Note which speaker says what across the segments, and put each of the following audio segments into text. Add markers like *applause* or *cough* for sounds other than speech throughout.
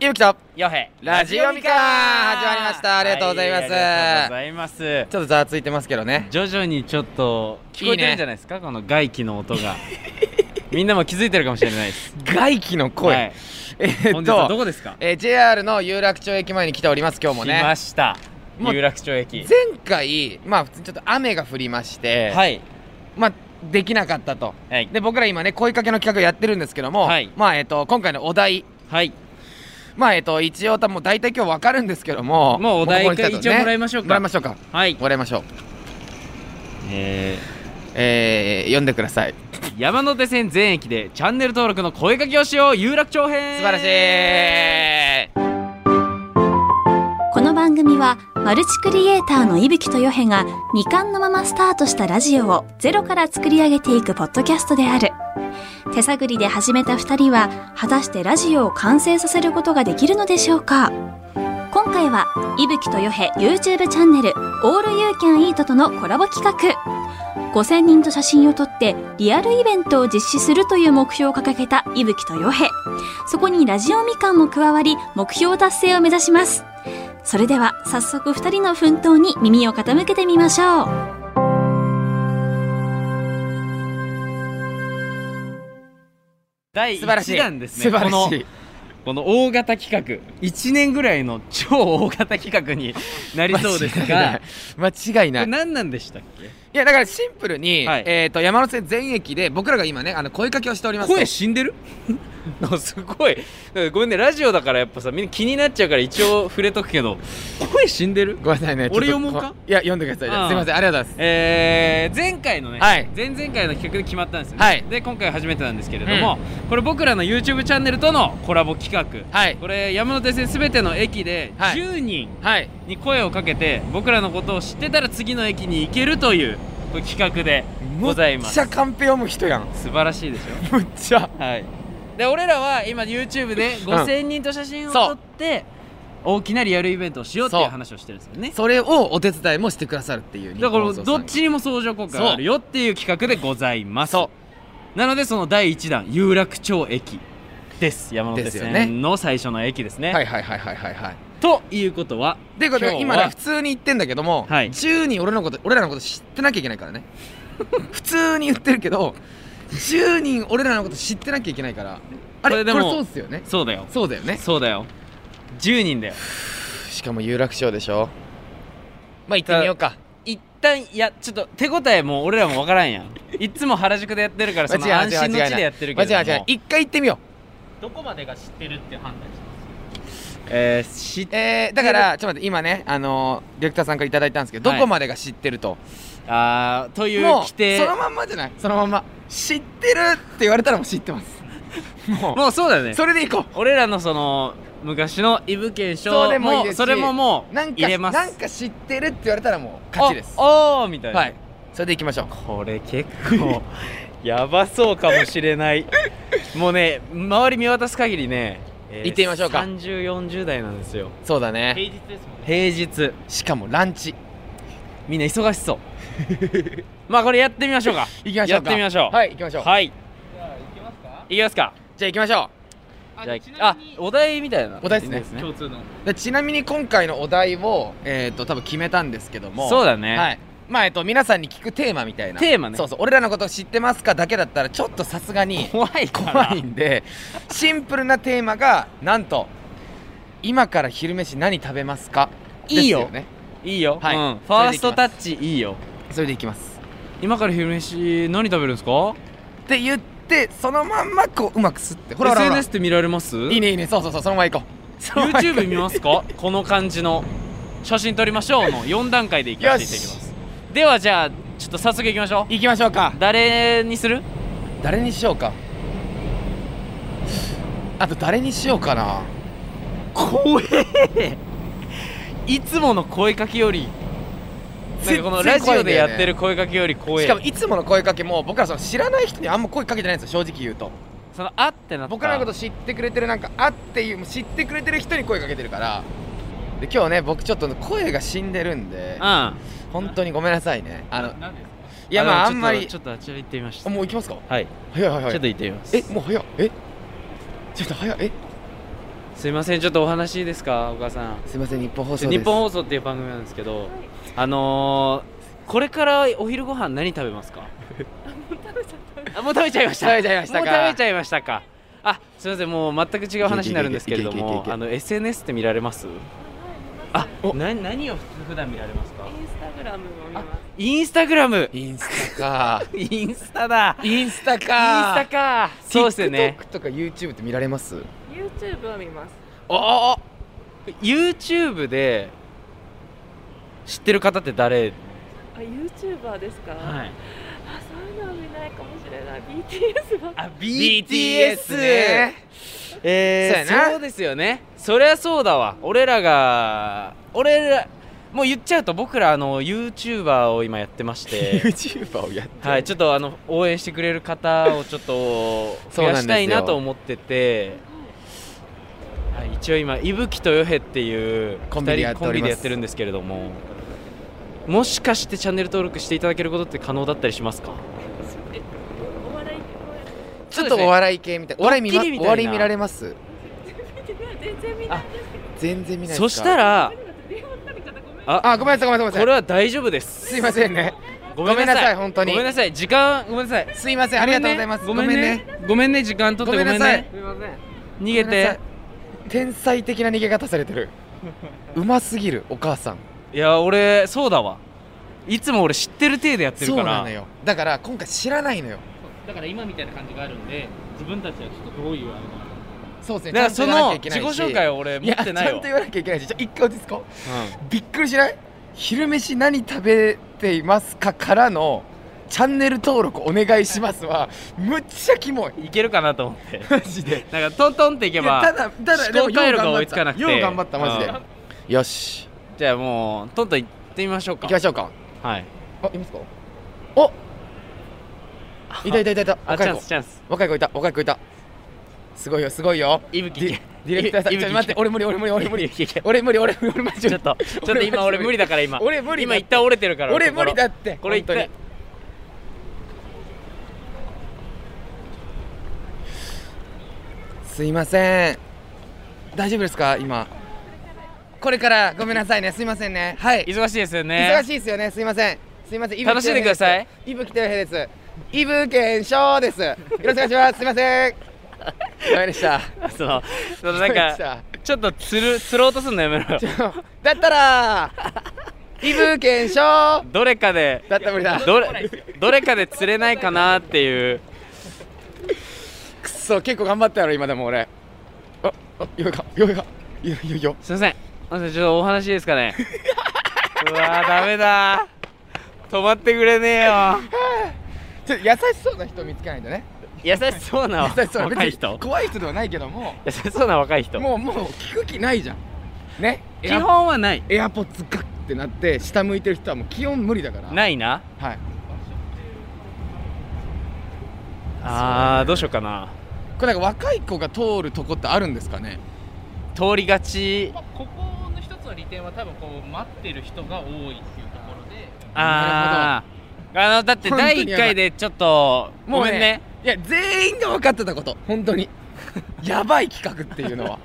Speaker 1: ゆうきと
Speaker 2: ヨヘ
Speaker 1: ラジオミカ始まりましたありがとうございます
Speaker 2: はありがとうございます
Speaker 1: ちょっとざわついてますけどね
Speaker 2: 徐々にちょっと聞こえてるんじゃないですかこの外気の音が
Speaker 1: *laughs*
Speaker 2: みんなも気づいてるかもしれないです
Speaker 1: 外気の声、
Speaker 2: はい
Speaker 1: えー
Speaker 2: 本
Speaker 1: っ
Speaker 2: 日はど
Speaker 1: と、
Speaker 2: こですか
Speaker 1: えー JR の有楽町駅前に来ております今日も
Speaker 2: 来ま
Speaker 1: ね
Speaker 2: した
Speaker 1: もう
Speaker 2: 有楽町駅
Speaker 1: 前回まあ普通にちょっと雨が降りまして、
Speaker 2: はい
Speaker 1: まあできなかったと
Speaker 2: はい
Speaker 1: で僕ら今ね声かけの企画をやってるんですけども、
Speaker 2: はい
Speaker 1: まあえーっと今回のお題
Speaker 2: はい
Speaker 1: まあえーっと一応多分もう大体今日わかるんですけども
Speaker 2: もうお題
Speaker 1: ここに来たと
Speaker 2: 一応もらいましょうか
Speaker 1: もらいましょうか
Speaker 2: はい
Speaker 1: もらいましょう
Speaker 2: え
Speaker 1: えー、読んでください
Speaker 2: ー山手線全駅でチャンネル登録の声かけをしよう有楽町編
Speaker 1: 素晴らしい
Speaker 3: この番組はマルチクリエイターの伊吹とよへが未完のままスタートしたラジオをゼロから作り上げていくポッドキャストである手探りで始めた2人は果たしてラジオを完成させることができるのでしょうか今回は伊吹とよへ YouTube チャンネル「オール You Can Eat」とのコラボ企画5000人と写真を撮ってリアルイベントを実施するという目標を掲げた伊吹とよへそこにラジオみかんも加わり目標達成を目指しますそれでは早速2人の奮闘に耳を傾けてみましょう
Speaker 2: 第
Speaker 1: 素晴らしい
Speaker 2: 1弾です
Speaker 1: 素
Speaker 2: ね
Speaker 1: 晴
Speaker 2: この
Speaker 1: らしい
Speaker 2: この大型企画1年ぐらいの超大型企画になりそ
Speaker 1: *laughs*
Speaker 2: うですが
Speaker 1: 間違いない間
Speaker 2: こ
Speaker 1: 違いな
Speaker 2: れ
Speaker 1: い
Speaker 2: 何なんでしたっけ
Speaker 1: いやだからシンプルに、
Speaker 2: はい
Speaker 1: えー、と山手線全駅で僕らが今ねあの声かけをしておりますと
Speaker 2: 声死んでる *laughs* すごいなんかごめんねラジオだからやっぱさみんな気になっちゃうから一応触れとくけど声死んでる
Speaker 1: ごめんなさいねちょっと
Speaker 2: 俺読もうか
Speaker 1: こいや読んでくださいじゃ
Speaker 2: う
Speaker 1: あ
Speaker 2: ん
Speaker 1: すいませんありがとうございま
Speaker 2: えー、前回のね、
Speaker 1: はい
Speaker 2: 前々回の企画で決まったんですよね、
Speaker 1: はい
Speaker 2: で今回初めてなんですけれども、これ僕らの YouTube チャンネルとのコラボ企画
Speaker 1: すはい
Speaker 2: これ山手線すべての駅で
Speaker 1: はい
Speaker 2: 10人
Speaker 1: はい
Speaker 2: に声をかけて僕らのことを知ってたら次の駅に行けるというこう企画でございま
Speaker 1: むっ
Speaker 2: す
Speaker 1: ちゃカンペ読む人やん *laughs*
Speaker 2: 素晴らしいでしょ
Speaker 1: むっちゃ
Speaker 2: はい、で俺らは今 YouTube で5000人と写真を撮って、大きなリアルイベントをしようっていう
Speaker 1: そう
Speaker 2: 話をしてるんですよね
Speaker 1: それをお手伝いもしてくださるっていう
Speaker 2: だか
Speaker 1: 日本
Speaker 2: ら
Speaker 1: 放送さ
Speaker 2: ど
Speaker 1: ん
Speaker 2: っちにも相乗効果があるよっていう企画でございます
Speaker 1: そ
Speaker 2: なのでその第1弾有楽町駅です山手
Speaker 1: ですよね
Speaker 2: 線の最初の駅ですね
Speaker 1: はいはいはいはいはいはい
Speaker 2: ということは
Speaker 1: でこ
Speaker 2: 今日
Speaker 1: れ
Speaker 2: は
Speaker 1: 今ね普通に言ってんだけども、
Speaker 2: はい
Speaker 1: 10人俺のこと俺らのこと知ってなきゃいけない
Speaker 2: *laughs*
Speaker 1: からね普通に言ってるけど10人俺らのこと知ってなきゃいけないからあれ
Speaker 2: こ
Speaker 1: こ
Speaker 2: れ
Speaker 1: れ
Speaker 2: でも
Speaker 1: そうっすよね
Speaker 2: そうだよ
Speaker 1: そうだよね
Speaker 2: そうだよ10人だよ
Speaker 1: しかも有楽町でしょまあ行ってみようか
Speaker 2: 一旦いやちょっと手応えもう俺らもわからんやんいつも原宿でやってるからその
Speaker 1: *laughs* 間違い
Speaker 2: 安
Speaker 1: ない
Speaker 2: 心の地でやってるけ
Speaker 1: 間
Speaker 2: れども
Speaker 1: 違いない一回行ってみよ
Speaker 2: どこまでが知ってるって判断してますえー、知っ
Speaker 1: うえー、だからちょっと待って今ねあのーディレクターさんからいただいたんですけど、
Speaker 2: はい
Speaker 1: どこまでが知ってると
Speaker 2: あーという
Speaker 1: もう
Speaker 2: 規
Speaker 1: そ
Speaker 2: 定
Speaker 1: のまんまじゃないそのまんま知ってるって言われたらもう知ってますもう
Speaker 2: *laughs* もうそうだね
Speaker 1: それで行こう
Speaker 2: 俺らのその昔のイブ県証
Speaker 1: そうでもいいですし
Speaker 2: それももう
Speaker 1: なんか
Speaker 2: 入れます
Speaker 1: なんか知ってるって言われたらもう勝ちです
Speaker 2: おおーみたいな、
Speaker 1: はいそれで行きましょう
Speaker 2: これ結構やばそうかもしれないもうね周り見渡す限りね、え
Speaker 1: 行ってみましょうか
Speaker 2: 3040代なんですよ
Speaker 1: そうだ *laughs* ね
Speaker 2: 日ですもんね平日
Speaker 1: しかもランチ
Speaker 2: みんな忙しそう *laughs* まあこれやってみましょうか
Speaker 1: 行きましょうか
Speaker 2: やってみましょう
Speaker 1: はい行きましょう
Speaker 2: はいいきますか
Speaker 1: じゃあ行きましょ
Speaker 2: じゃああお題みたいな
Speaker 1: お題っすね
Speaker 2: 共通の
Speaker 1: うでちなみに今回のお題をえっ、と多分決めたんですけども
Speaker 2: そうだね、
Speaker 1: はいまあえっと皆さんに聞くテーマみたいな
Speaker 2: テーマね
Speaker 1: そうそう俺らのこと知ってますかだけだったらちょっとさすがに
Speaker 2: 怖いから
Speaker 1: 怖いんでシンプルなテーマがなんと今から昼飯何食べますか
Speaker 2: いいよ
Speaker 1: ですね
Speaker 2: いいよ、
Speaker 1: はい
Speaker 2: うんファーストタッチいいよ
Speaker 1: それでいきます
Speaker 2: 今から昼飯何食べるんですか
Speaker 1: って言ってそのまんまこううまくすってほらほらほら
Speaker 2: SNS って見られます
Speaker 1: いいねいいねそうそうそうそのまま行こうそのまま行こ
Speaker 2: YouTube 見ま
Speaker 1: *laughs*
Speaker 2: すかこの感じの写真撮りましょうの4段階でいきま
Speaker 1: よ
Speaker 2: していただきま
Speaker 1: し
Speaker 2: すではじゃあちょっと早速いきましょう
Speaker 1: 行きましょうか
Speaker 2: 誰にする
Speaker 1: 誰にしようかあと誰にしようかな
Speaker 2: 怖えいつもの声かけよりなんかこのラジオでやってる声かけより怖え
Speaker 1: しかもいつもの声かけも僕らその知らない人にあんま声かけてないんですよ正直言うと
Speaker 2: そのあってなった
Speaker 1: 僕らのこと知ってくれてるなんかあっていう知ってくれてる人に声かけてるからで今日ね僕ちょっと声が死んでるんで
Speaker 2: うん
Speaker 1: 本当にごめんなさいねあの
Speaker 2: 何ですか
Speaker 1: いやまああんま
Speaker 2: でも
Speaker 1: り
Speaker 2: ちょっとちょっとあちら行ってみました
Speaker 1: あもう行きますか
Speaker 2: はい
Speaker 1: 早い早い
Speaker 2: ちょっ
Speaker 1: 早
Speaker 2: と
Speaker 1: い
Speaker 2: 行ってみます
Speaker 1: えもう早いえちょっと早いえ
Speaker 2: すいませんちょっとお話いいですかお母さん
Speaker 1: すいません日本放送です
Speaker 2: 日本放送っていう番組なんですけどあのー、これからお昼ご飯何食べま
Speaker 1: *laughs*
Speaker 2: すかあもう食べちゃいました
Speaker 1: 食べちゃいましたか
Speaker 2: もう食べちゃいましたかあすいませんもう全く違う話になるんですけれど
Speaker 1: いけいけいけい
Speaker 2: も
Speaker 1: けいけ
Speaker 2: あの SNS って見られますあな何を普段見られますか
Speaker 4: インスタグラムを見ます。
Speaker 2: インスタグラム
Speaker 1: インスタか
Speaker 2: インスタだ *laughs* インス
Speaker 1: インスタ
Speaker 2: タ
Speaker 1: か
Speaker 2: かそうですよね
Speaker 1: TikTok とか YouTube って見られます
Speaker 4: YouTube を見ます。
Speaker 2: ああ YouTube で知ってる方って誰
Speaker 4: あ、YouTuber ですか。あ、
Speaker 2: い
Speaker 4: そういうのは見ないかもしれない。BTS は。
Speaker 2: あ
Speaker 1: BTS ね
Speaker 2: えー、
Speaker 1: そうやな
Speaker 2: そうですよねそりゃそうだわ俺らが俺らもう言っちゃうと僕らあの YouTuber を今やってまして
Speaker 1: *laughs*
Speaker 2: *laughs*
Speaker 1: YouTuber をやって
Speaker 2: はいちょっとあの応援してくれる方をちょっと
Speaker 1: そ
Speaker 2: 増
Speaker 1: うなんで
Speaker 2: や
Speaker 1: すよ
Speaker 2: したいなと思っててはい、一応今伊吹とよへっていう
Speaker 1: コンビでやっ
Speaker 2: 二
Speaker 1: て
Speaker 2: 人
Speaker 1: おります
Speaker 2: コンビでやってるんですけれどももしかしてチャンネル登録していただけることって可能だったりしますか
Speaker 4: えお笑いの
Speaker 1: ちょっとお笑い系みたいお笑い見ま
Speaker 2: ドッキリみ
Speaker 1: お
Speaker 2: たいな
Speaker 1: 笑い見られます
Speaker 4: 全然見ないんですけど。
Speaker 1: 全然見ないです
Speaker 2: そ
Speaker 1: か
Speaker 2: したら
Speaker 1: あごめんなさいごめんなさいごめ
Speaker 2: こ
Speaker 1: んなさ
Speaker 2: れは大丈夫です
Speaker 1: いすいませんね
Speaker 2: ご
Speaker 1: めんなさい本当に
Speaker 2: ごめんなさい時間ごめんなさい
Speaker 1: すいませんありがとうございます
Speaker 2: ごめんねごめんね時間取ってごめん
Speaker 1: ごめんなさい
Speaker 2: ね逃げ
Speaker 1: ごめんなさ
Speaker 2: て
Speaker 1: い天才的な逃げ方されて
Speaker 2: *laughs*
Speaker 1: るうますぎるお母さん
Speaker 2: いや俺そうだわいつも俺知ってる体でやってる
Speaker 1: そう
Speaker 2: から
Speaker 1: なのよだから今回知らないのよ
Speaker 5: だから今みたいな感じがあるんで自分たちはちょっとどういうあれなのか
Speaker 1: そうです
Speaker 2: だ
Speaker 1: ね
Speaker 2: からそ
Speaker 1: ちゃんと言わ
Speaker 2: の
Speaker 1: なきゃいけ
Speaker 2: 自
Speaker 1: な
Speaker 2: 己
Speaker 1: いし
Speaker 2: 紹介を俺持
Speaker 1: や
Speaker 2: ってない
Speaker 1: ちゃん
Speaker 2: わ
Speaker 1: と言わなきゃいけないしじゃあ一回落ち着こうびっくりしない昼飯何食べていますかからのチャンネル登録お願いしますはむっちゃキモい
Speaker 2: うんいけるかなと思って
Speaker 1: マジで
Speaker 2: なんかトントンっていけ
Speaker 1: いやた
Speaker 2: ば
Speaker 1: だただ
Speaker 2: 思考回路が
Speaker 1: でもよう頑張った
Speaker 2: 追いつかなくて
Speaker 1: よう頑張ったマジで、よし
Speaker 2: じゃあもうトントン行ってみましょう
Speaker 1: 行
Speaker 2: か
Speaker 1: きましょうか
Speaker 2: はい
Speaker 1: あいますかおいたいたいたいた
Speaker 2: あ
Speaker 1: 若い
Speaker 2: チャン
Speaker 1: 子
Speaker 2: スチャンス
Speaker 1: 若い子いた若い子いたすごいよすごいよ
Speaker 2: いぶ
Speaker 1: デ
Speaker 2: きい
Speaker 1: ィ
Speaker 2: け
Speaker 1: ディレクターさん
Speaker 2: い
Speaker 1: ち
Speaker 2: い
Speaker 1: ょ
Speaker 2: ぶ
Speaker 1: っ
Speaker 2: き
Speaker 1: と待って俺無理俺無理俺無理
Speaker 2: いけいけ
Speaker 1: 俺無理俺無理俺無理
Speaker 2: ちょっとちょっと今俺無理だから今
Speaker 1: 俺無理
Speaker 2: 今
Speaker 1: だ
Speaker 2: 一旦折れてるから
Speaker 1: 俺無理だ
Speaker 2: 心
Speaker 1: って
Speaker 2: これ一
Speaker 1: 本当に
Speaker 2: 回
Speaker 1: すいません大丈夫ですか今これからごめんなさいねすいませんねはい
Speaker 2: 忙しいですよね
Speaker 1: 忙しいですよねすいませんすいません
Speaker 2: 楽しんでください
Speaker 1: 伊吹豊平です伊吹健翔ですよろしくお願いしますすいませんダメでした
Speaker 2: その *laughs* そのな
Speaker 1: ダメ
Speaker 2: ん
Speaker 1: でし
Speaker 2: か
Speaker 1: た
Speaker 2: ちょっとつるつろうとすんのやめろよ
Speaker 1: ちょだったら伊吹健翔
Speaker 2: どれかで
Speaker 1: だったら無理だ
Speaker 2: どれどれかで釣れないかなっていう
Speaker 1: くっそ結構頑張ったやろ今でも俺ああよいかよいかよいよいよ
Speaker 2: すいませんあのちょっとお話いいですか *laughs* ねうわーダメだ止まってくれねえよ *laughs*
Speaker 1: ちょっと優しそうな人見つけないとね
Speaker 2: 優しそうな
Speaker 1: 優しそうな
Speaker 2: 若い人
Speaker 1: 怖い人ではないけども
Speaker 2: 優しそうな若い人
Speaker 1: もうもう聞く気ないじゃんね
Speaker 2: 基本はない
Speaker 1: エアエアポッツガッてなって下向いてる人はもう気温無理だから
Speaker 2: ないな
Speaker 1: はい
Speaker 2: あーどうしようかな
Speaker 1: これなんか若い子が通るとこってあるんですかね
Speaker 2: 通りがち
Speaker 5: まあ、ここの一つの利点は多分こう待ってる人が多いっていうところで
Speaker 2: あーあのだって
Speaker 1: 本当にやば
Speaker 2: 第
Speaker 1: い
Speaker 2: 1回でちょっと
Speaker 1: も
Speaker 2: ご
Speaker 1: う
Speaker 2: めんね
Speaker 1: いや全員が分かってたこと本当 *laughs* にやばい企画っていうのは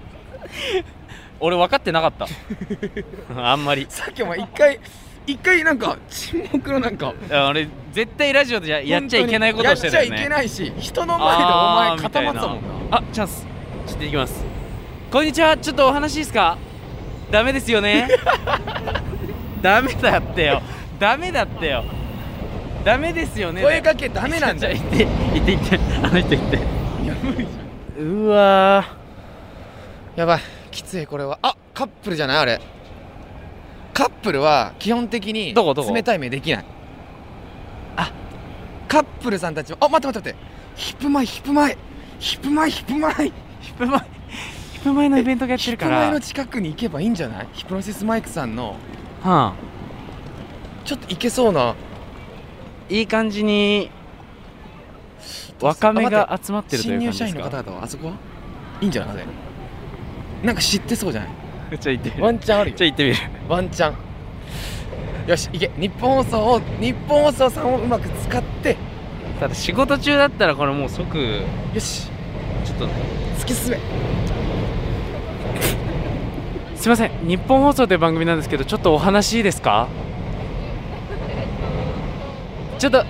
Speaker 2: 俺分かってなかった *laughs* あんまり
Speaker 1: さっきお前一回一回なんか沈黙のなんか
Speaker 2: あ俺絶対ラジオでややっちゃいけないことをしてるよね
Speaker 1: やっちゃいけないし人の前でお
Speaker 2: あ
Speaker 1: 前
Speaker 2: ー
Speaker 1: 固まってたもんな
Speaker 2: みたいなあチャンスちょっと行きますこんにちはちょっとお話いいですかダメです
Speaker 1: *laughs*
Speaker 2: よねダメだってよダメだってよダメですよね
Speaker 1: 声かけダメなんだよ
Speaker 2: ちょちょ行って行って行ってあの人行って
Speaker 1: いや無理じゃん
Speaker 2: うわ
Speaker 1: やばいきついこれはあカップルじゃないあれカップルは基本的に
Speaker 2: どこどこ
Speaker 1: 冷たい目できないあカップルさんたちはあ待って待って待ってヒップマイヒップマイヒップマイヒップマイ
Speaker 2: ヒップマイヒップマイのイベントがやって
Speaker 1: ヒ
Speaker 2: る
Speaker 1: ップ
Speaker 2: か
Speaker 1: マイ
Speaker 2: ら
Speaker 1: の近くに行けばいいんじゃないヒプノシスマイクさんの
Speaker 2: はあ、
Speaker 1: ちょっと行けそうない
Speaker 2: い感じに若めが集まってるとい
Speaker 1: 新
Speaker 2: う感
Speaker 1: 入
Speaker 2: じ
Speaker 1: 社
Speaker 2: で
Speaker 1: 員
Speaker 2: す
Speaker 1: の
Speaker 2: か
Speaker 1: 方々はあそこはいいんじゃないなんか知ってそうじゃない
Speaker 2: ちょ行ってみ
Speaker 1: ワ
Speaker 2: る
Speaker 1: ンチャンあるよ
Speaker 2: ちょ行ってみる
Speaker 1: ワンチャンよし行け日本放送を日本放送さんをうまく使って
Speaker 2: ただ仕事中だったらこれもう即
Speaker 1: よし
Speaker 2: ちょっと
Speaker 1: 突き進め
Speaker 2: すいません日本放送という番組なんですけどちょっとお話いいです
Speaker 1: *laughs*
Speaker 2: かちょっと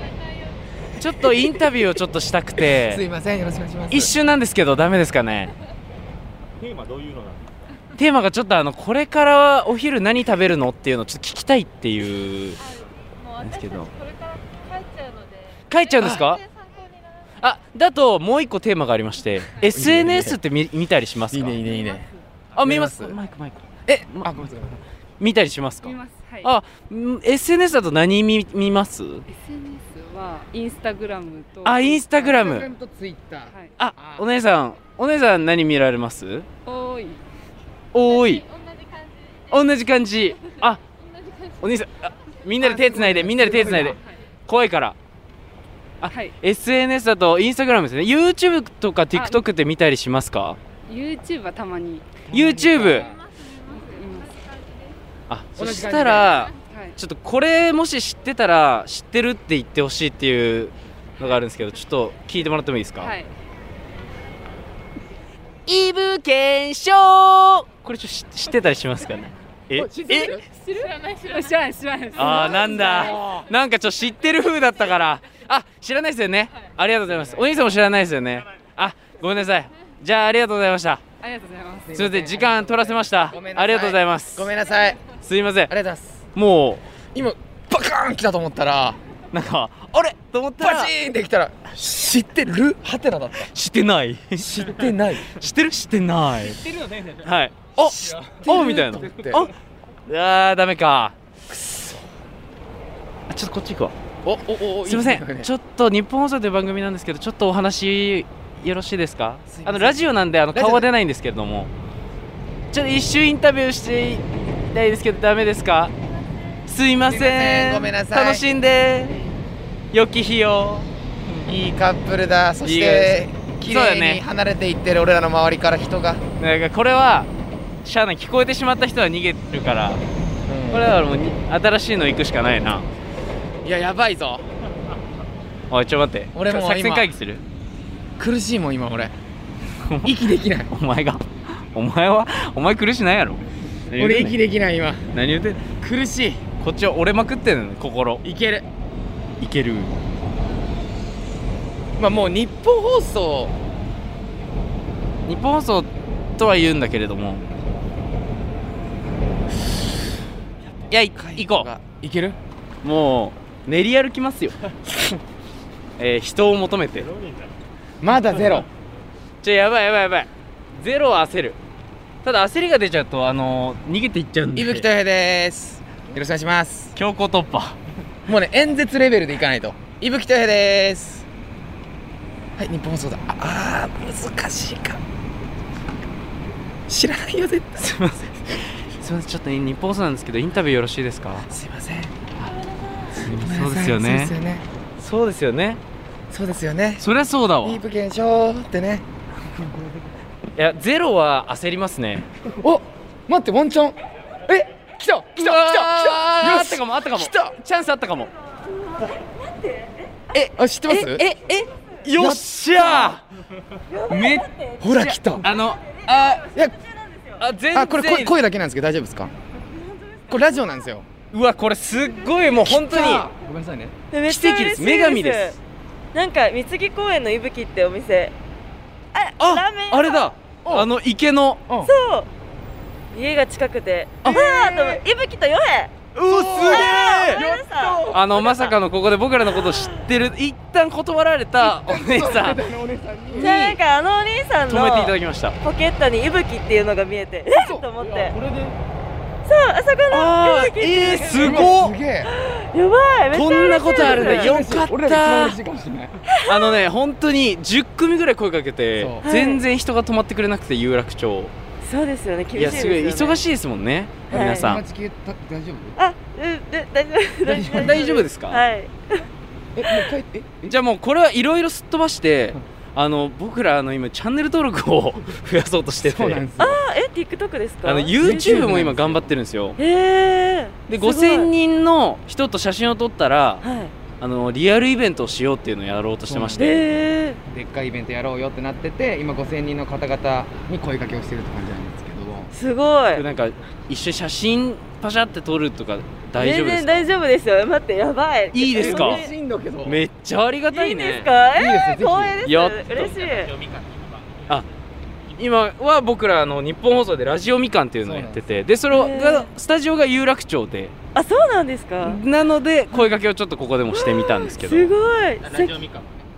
Speaker 2: ちょっとインタビューをちょっとしたく
Speaker 1: すい
Speaker 2: て
Speaker 1: ませんよろしくお願いします
Speaker 2: 一瞬なんですけどダメですかね
Speaker 6: テーマどういうのなんで
Speaker 2: テーマがちょっとあのこれからお昼何食べるのっていうのをちょっと聞きたいっていう
Speaker 4: もう私たちこれから帰っちゃうので
Speaker 2: 書いちゃうんですか
Speaker 4: 全然参考にならない
Speaker 2: あだともう一個テーマがありまして SNS って見見たりします
Speaker 1: い
Speaker 2: か
Speaker 1: いねいいねいいね
Speaker 2: あ見えます
Speaker 1: 見えます
Speaker 2: マイクマイク
Speaker 1: えあごめんなさい
Speaker 2: 見たりしますか
Speaker 7: 見ます。はい。
Speaker 2: あん SNS だと何見見ます
Speaker 7: SNS はインスタグラムと
Speaker 2: あインスタグラム
Speaker 5: とツイッター
Speaker 7: はい。
Speaker 2: あお姉さんお姉さん何見られます
Speaker 7: 多い。
Speaker 2: おーい同
Speaker 4: 同じ感じ
Speaker 2: じ感じあ
Speaker 4: 同じ感じ
Speaker 2: お兄さんあみんなで手つないでみんなで手つないで怖いからあ
Speaker 7: はい。
Speaker 2: SNS だとインスタグラムですね YouTube とか TikTok って見たりしますか
Speaker 7: YouTube はたまに
Speaker 2: YouTube
Speaker 7: 見ます。
Speaker 2: あそ
Speaker 5: 同じ感じで
Speaker 2: したら
Speaker 7: はい。
Speaker 2: ちょっとこれもし知ってたら知ってるって言ってほしいっていうのがあるんですけどちょっと聞いてもらってもいいですか、
Speaker 7: はい。
Speaker 2: イブ検証これちょっと知知ってたりしますかねええ
Speaker 7: 知らない知らないです。
Speaker 2: あーなんだなんかちょっと知ってる風だったからあ知らないですよねありがとうございますお兄さんも知らないですよねあごめんなさいじゃあありがとうございました
Speaker 7: ありがとうございます。
Speaker 2: すみません時間取らせました
Speaker 1: ごめんなさい
Speaker 2: ありがとうございます
Speaker 1: ごめんなさいあり
Speaker 2: すいませ
Speaker 1: が
Speaker 2: ん
Speaker 1: とうございます
Speaker 2: も
Speaker 1: 今バカーン来たと思ったら
Speaker 2: うなんかあれと思ったら
Speaker 1: バチーンって来たら知ってるハテナだった
Speaker 2: 知ってない
Speaker 1: 知ってない
Speaker 2: 知ってる知ってない
Speaker 5: 知ってるよね
Speaker 2: はいああみたいな
Speaker 1: と思って
Speaker 2: ああーダメかあちょっとこっち行くわ
Speaker 1: おおお
Speaker 2: すいません、
Speaker 1: ね
Speaker 2: ちょっと日本放送という番組なんですけど、ちょっとお話よろしいですか。
Speaker 1: すいません
Speaker 2: あのラジオなんで、あの
Speaker 1: ラジオ
Speaker 2: 顔は出ないんですけれども。ちょっと一周インタビューしていきたいですけど、ダメですか。すいません。
Speaker 1: すいませんごめんなさい
Speaker 2: 楽しんで。良き日を。
Speaker 1: いいカップルだそし
Speaker 2: いいで
Speaker 1: て綺
Speaker 2: そうだ
Speaker 1: 麗
Speaker 2: ね
Speaker 1: に離れていってる俺らの周りから人が、
Speaker 2: なんかこれは。しゃあない、聞こえてしまった人は逃げるから。これはもうに、新しいの行くしかないな。
Speaker 1: いややばいぞ
Speaker 2: おい、ちょ待って。
Speaker 1: 俺もう今
Speaker 2: 作戦会議する。
Speaker 1: 苦しいもん今
Speaker 2: *laughs*
Speaker 1: 俺息できない
Speaker 2: お前が。お前は、お前苦しないやろ。
Speaker 1: 俺息できない今
Speaker 2: 何言ってんの
Speaker 1: 苦しい
Speaker 2: こっちは折れまくってんの心
Speaker 1: いける
Speaker 2: いける
Speaker 1: まあもう日本放送
Speaker 2: 日本放送とは言うんだけれどもいやい行こ
Speaker 1: ういける
Speaker 2: うもう練り歩
Speaker 1: *laughs*
Speaker 2: きますよ、えー人を求めて
Speaker 1: まだゼロ
Speaker 2: ちょやばいやばいやばいゼロは焦るただ焦りが出ちゃうとあのー逃げていっちゃうんで
Speaker 1: 伊吹豊平ですよろしくお願いします
Speaker 2: 強行突破
Speaker 1: もうね演説レベルでいかないと伊吹豊平ですはい日本放送だああー難しいか知らないよ絶対
Speaker 2: すいませんすいませんちょっと日本放送なんですけどインタビューよろしいですか
Speaker 1: すいません
Speaker 2: そうですよね
Speaker 1: そうですよね
Speaker 2: そ
Speaker 1: そ
Speaker 2: うですよね
Speaker 1: うですよね
Speaker 2: そりゃそうだわ
Speaker 1: イ
Speaker 2: い
Speaker 1: ープ検証ってね
Speaker 2: やゼロは焦りますね
Speaker 1: お待ってワンチャンえ来た来た来た来た
Speaker 2: あ
Speaker 1: よ
Speaker 2: っ
Speaker 1: した
Speaker 2: かもあったかも
Speaker 1: 来た
Speaker 2: チャンスあったかも
Speaker 1: あ知ってます
Speaker 2: ええよっしゃーめっ
Speaker 1: ほら来た
Speaker 2: あのあ
Speaker 1: いや
Speaker 2: あ全然
Speaker 1: あこれ声声だけなんですけど大丈夫ですかこれラジオなんですよ
Speaker 2: うわこれすっごいもう本当に
Speaker 1: ごめんなさいね
Speaker 4: めっち
Speaker 2: 奇
Speaker 4: ゃ
Speaker 2: 跡で
Speaker 4: 嬉し
Speaker 2: す
Speaker 4: い
Speaker 2: 女神です
Speaker 4: なんか三木公園のいぶきってお店あラ
Speaker 2: あ
Speaker 4: ーメン屋
Speaker 2: あれだ
Speaker 1: お
Speaker 2: あの池の
Speaker 4: そう家が近くてああと思っていぶきとよへ
Speaker 2: うおすげ
Speaker 4: ごめんなさい
Speaker 2: あのまさかのここで僕らのことを知ってる一旦断られたお姉さん止
Speaker 4: じゃあなんかあのお兄さ
Speaker 2: め
Speaker 4: ん
Speaker 2: ていただ
Speaker 4: の
Speaker 2: きました
Speaker 4: ポケットにいぶきっていうのが見えてえっと思って
Speaker 5: これで
Speaker 4: そうあそこの
Speaker 2: あ
Speaker 4: いぶ
Speaker 2: ー
Speaker 4: きって
Speaker 2: えーす
Speaker 1: う
Speaker 2: ご
Speaker 1: わ
Speaker 2: っ
Speaker 1: すげえ
Speaker 4: やばいめっちゃ嬉しい
Speaker 2: こんなことあるんだ
Speaker 4: です
Speaker 2: よかっ
Speaker 1: 俺ら
Speaker 2: た
Speaker 1: 一番嬉しいかもしれない
Speaker 2: あのね本当に10組ぐらい声かけて
Speaker 1: そう
Speaker 2: 全然人が止まってくれなくて有楽町
Speaker 4: そうですよね厳しい
Speaker 2: いや
Speaker 4: ですす
Speaker 2: ご
Speaker 4: よ
Speaker 2: い
Speaker 4: ね
Speaker 2: 忙
Speaker 4: い
Speaker 2: しいですもんね
Speaker 4: はい
Speaker 2: 皆さ
Speaker 1: 友
Speaker 2: ん
Speaker 1: 達消えた大丈夫
Speaker 4: あうんで大丈夫
Speaker 1: 大丈夫
Speaker 2: 大丈夫ですか
Speaker 4: はい
Speaker 1: えもう帰ってえ
Speaker 2: じゃあもうこれはいろいろすっ飛ばしてあの僕らあの今チャンネル登録を *laughs* 増やそうとしてて
Speaker 1: そうなんですよ
Speaker 4: あえ TikTok ですか
Speaker 2: あの YouTube も今頑張ってるんですよ
Speaker 4: へえ
Speaker 2: です
Speaker 4: ごい
Speaker 2: 5000人の人と写真を撮ったら
Speaker 4: はい
Speaker 2: あのリアルイベントをしようっていうのをやろうとしてまして
Speaker 4: へえ
Speaker 1: でっかいイベントやろうよってなってて今5000人の方々に声かけをしてるって感じなんですけど
Speaker 4: すごい
Speaker 2: なんか一緒に写真パシャって撮るとか大丈
Speaker 4: 全
Speaker 2: 夫で
Speaker 4: 然
Speaker 2: すか
Speaker 4: 大丈夫ですよ待ってやばい
Speaker 2: いいですか
Speaker 4: 嬉し
Speaker 1: しいんだけど
Speaker 2: めっちゃありがた
Speaker 4: いい
Speaker 2: い
Speaker 4: ん
Speaker 2: ね
Speaker 4: ですか
Speaker 1: いいですよ
Speaker 4: え
Speaker 1: ぜひ
Speaker 4: ー光栄
Speaker 2: やっ
Speaker 4: です
Speaker 2: と
Speaker 4: 嬉しい
Speaker 5: 読み書きの番組
Speaker 2: 今は僕らあの日本放送でラジオみかんっていうのをやっててでそれを
Speaker 4: へー
Speaker 2: スタジオが有楽町で
Speaker 4: あそうなんですか
Speaker 2: なので声掛けをちょっとここでもしてみたんですけど
Speaker 4: すごい
Speaker 5: ラジオみかんもね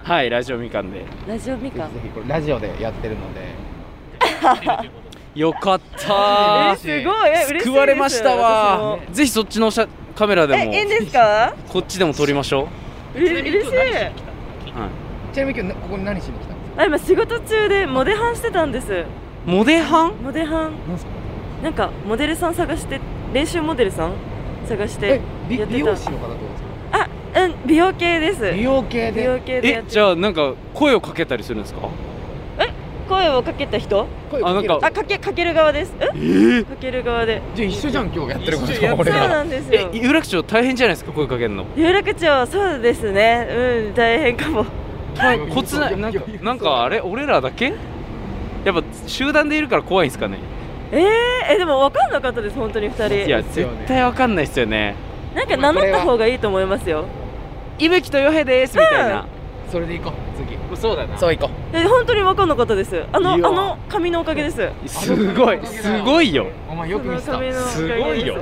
Speaker 2: はいラジオみかんで
Speaker 4: ラジオみかん
Speaker 1: ぜひこれラジオでやってるので
Speaker 5: やってるということで
Speaker 2: よかっ
Speaker 4: え
Speaker 2: た
Speaker 4: ー、すごいえ嬉しいです
Speaker 2: 救われましたわ
Speaker 4: 私も
Speaker 2: ぜひそっちの写カメラで
Speaker 4: えいい
Speaker 2: も
Speaker 4: んですか
Speaker 2: こっちでも撮りましょ
Speaker 4: うれ
Speaker 5: ちなみに
Speaker 4: 嬉
Speaker 5: 今
Speaker 4: し
Speaker 5: 日
Speaker 4: い
Speaker 5: 何しに来た
Speaker 2: う、は
Speaker 1: ちなみに今日なここに何しに来たんですか
Speaker 4: あ今仕事中でモデハンしてたんです
Speaker 2: い、モデハン
Speaker 4: モデハン
Speaker 1: 何すか
Speaker 4: なんかモデルさん探して練習モデルさん探し
Speaker 1: え
Speaker 4: て
Speaker 1: 美
Speaker 4: やってた
Speaker 1: 美容師の方ってことですか
Speaker 4: あうん美容系です
Speaker 1: 美容系
Speaker 4: 美
Speaker 1: で
Speaker 4: 容系でや
Speaker 2: え
Speaker 4: って
Speaker 2: じゃあなんか声をかけたりするんですか
Speaker 4: 声をかけた人
Speaker 1: 声かける
Speaker 2: あなん
Speaker 4: あかけかける側ですえかける側で
Speaker 1: じゃあ一緒じゃん今日やってること
Speaker 2: 一緒やって
Speaker 4: そう
Speaker 1: 俺
Speaker 2: る
Speaker 1: ら
Speaker 4: なんです
Speaker 2: え
Speaker 4: よ
Speaker 2: 有楽町大変じゃないですか声かけるの
Speaker 4: 有楽町そうですねうん大変かも
Speaker 2: コツないなんかなんかあれ俺らだけやっぱ集団でいるから怖いんですかね
Speaker 4: えー、えでも分かんなかったです本当に二
Speaker 2: いや
Speaker 1: で
Speaker 4: 人
Speaker 1: す
Speaker 2: 絶
Speaker 1: よね
Speaker 2: 対わかんないっすよね
Speaker 4: なんか名乗った方がいいと思いますよ
Speaker 2: 伊吹とよへですみたいな、
Speaker 1: それで行こう次
Speaker 2: そうだな
Speaker 1: そう行こ
Speaker 4: え本当に分かんなかったですあのあ
Speaker 2: いや
Speaker 4: の髪のおかげです
Speaker 2: すごいすごいよ、
Speaker 1: うお前よく見せ
Speaker 4: そ
Speaker 1: た
Speaker 4: の髪
Speaker 1: じ
Speaker 4: のおかげです
Speaker 2: ごいよ